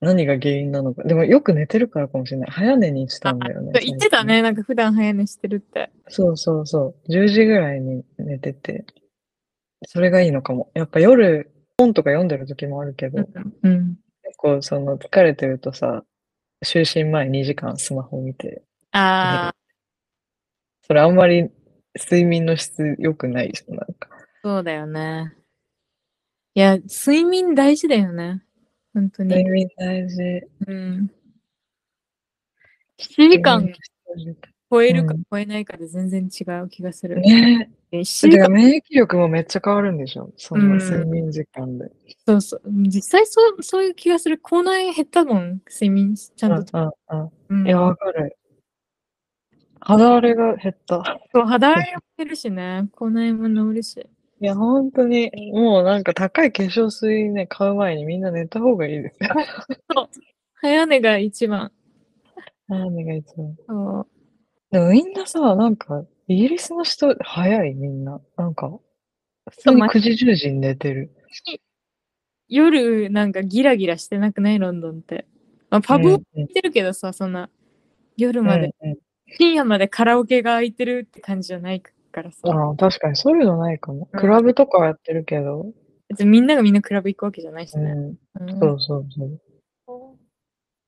Speaker 1: 何が原因なのか。でもよく寝てるからかもしれない。早寝にしたんだよね。
Speaker 2: 言ってた
Speaker 1: 最近。
Speaker 2: ね、なんか普段早寝してるって。
Speaker 1: そうそうそう。10時ぐらいに寝てて、それがいいのかも。やっぱ夜、本とか読んでる時もあるけど、
Speaker 2: うん。
Speaker 1: 結構その疲れてるとさ、就寝前2時間スマホ見て、
Speaker 2: ああ、
Speaker 1: それあんまり睡眠の質良くないじゃん、なんか。
Speaker 2: そうだよね。いや、睡眠大事だよね。本当
Speaker 1: 睡
Speaker 2: に。
Speaker 1: 眠大事。
Speaker 2: うん。7時間
Speaker 1: 睡眠
Speaker 2: 超えるか
Speaker 1: うん
Speaker 2: 超えないかで全然違う気がする。
Speaker 1: ね
Speaker 2: 7
Speaker 1: え。
Speaker 2: 時
Speaker 1: だか
Speaker 2: 間
Speaker 1: ら免疫力もめっちゃ変わるんでしょそ
Speaker 2: うん
Speaker 1: の睡眠時間で。
Speaker 2: そうそう。実際そう、そういう気がする。口内減ったもん、睡眠しち
Speaker 1: う
Speaker 2: ゃ
Speaker 1: ん
Speaker 2: んと。
Speaker 1: うんう
Speaker 2: うん
Speaker 1: ん。いや、わかる。肌荒れが減った。
Speaker 2: そう肌荒れも減るしね。口内も治るし。
Speaker 1: いや、本当に、もうなんか高い化粧水ね、買う前にみんな寝た方がいいです [LAUGHS] よ。
Speaker 2: 早寝が一番。
Speaker 1: 何がいつも。
Speaker 2: そう
Speaker 1: でもみんなさ、なんか、イギリスの人、早いみんな。なんか、普通
Speaker 2: そう
Speaker 1: に
Speaker 2: ま
Speaker 1: 9時10時に寝てる。
Speaker 2: 夜なんかギラギラしてなくないロンドンって。まあ、パブ
Speaker 1: う
Speaker 2: 行
Speaker 1: んうん
Speaker 2: ってるけどさ、そんな夜まで、
Speaker 1: うんうん
Speaker 2: 深夜までカラオケが空いてるって感じじゃないからさ。
Speaker 1: ああ、確かにそういうのないかも。
Speaker 2: うん
Speaker 1: クラブとかはやってるけど、
Speaker 2: 別にみんながみんなクラブ行くわけじゃないし
Speaker 1: う
Speaker 2: ね。
Speaker 1: ん、
Speaker 2: うん
Speaker 1: そうそうそう。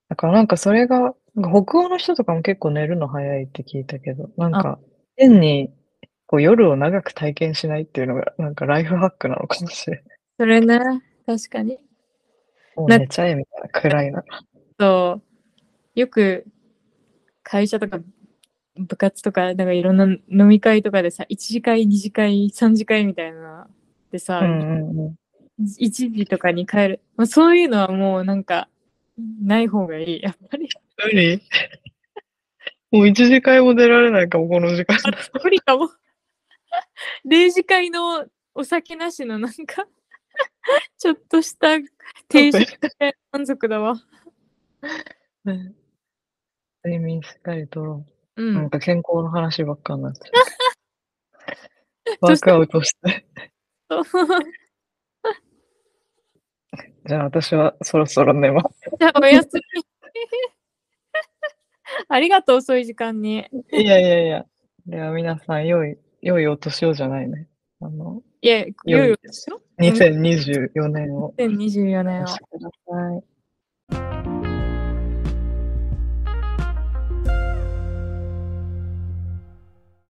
Speaker 1: だからなんかそれが、なんか北欧の人とかも結構寝るの早いって聞いたけど、なんか、変にこう夜を長く体験しないっていうのが、なんかライフハックなのかもしれない。
Speaker 2: それね、確かに。
Speaker 1: もう
Speaker 2: な
Speaker 1: 寝ちゃえみたいな、暗いな。
Speaker 2: そうよく会社とか部活とかなんかいろんな飲み会とかでさ1次会2次会3次会みたいなでさ、
Speaker 1: うんうんうん。
Speaker 2: 1時とかに帰る、まあ、そういうのはもうなんかない方がいいやっぱり
Speaker 1: 無理もう一次会も出られないかも、この時間。
Speaker 2: 無理 [LAUGHS] かも0次会のお酒なしのなんか [LAUGHS] ちょっとした定
Speaker 1: [LAUGHS]
Speaker 2: 食で満足だわ
Speaker 1: ね睡眠しっかりとろ
Speaker 2: う
Speaker 1: う。
Speaker 2: ん、
Speaker 1: なんか健康の話ばっかになっちゃう。
Speaker 2: ど
Speaker 1: ワ
Speaker 2: う
Speaker 1: ー
Speaker 2: した
Speaker 1: クアウトして。 [LAUGHS]
Speaker 2: じ
Speaker 1: じゃあ私はそろそろ寝ます。
Speaker 2: ゃあおやすみ [LAUGHS] ありがとう遅い時間に
Speaker 1: いやいやいや。では皆さん、良い、良いお年をじゃないね。あの、
Speaker 2: いや、いよいよでしょ
Speaker 1: 2024年を
Speaker 2: 2024
Speaker 1: お過
Speaker 2: 年は。
Speaker 1: ごしください。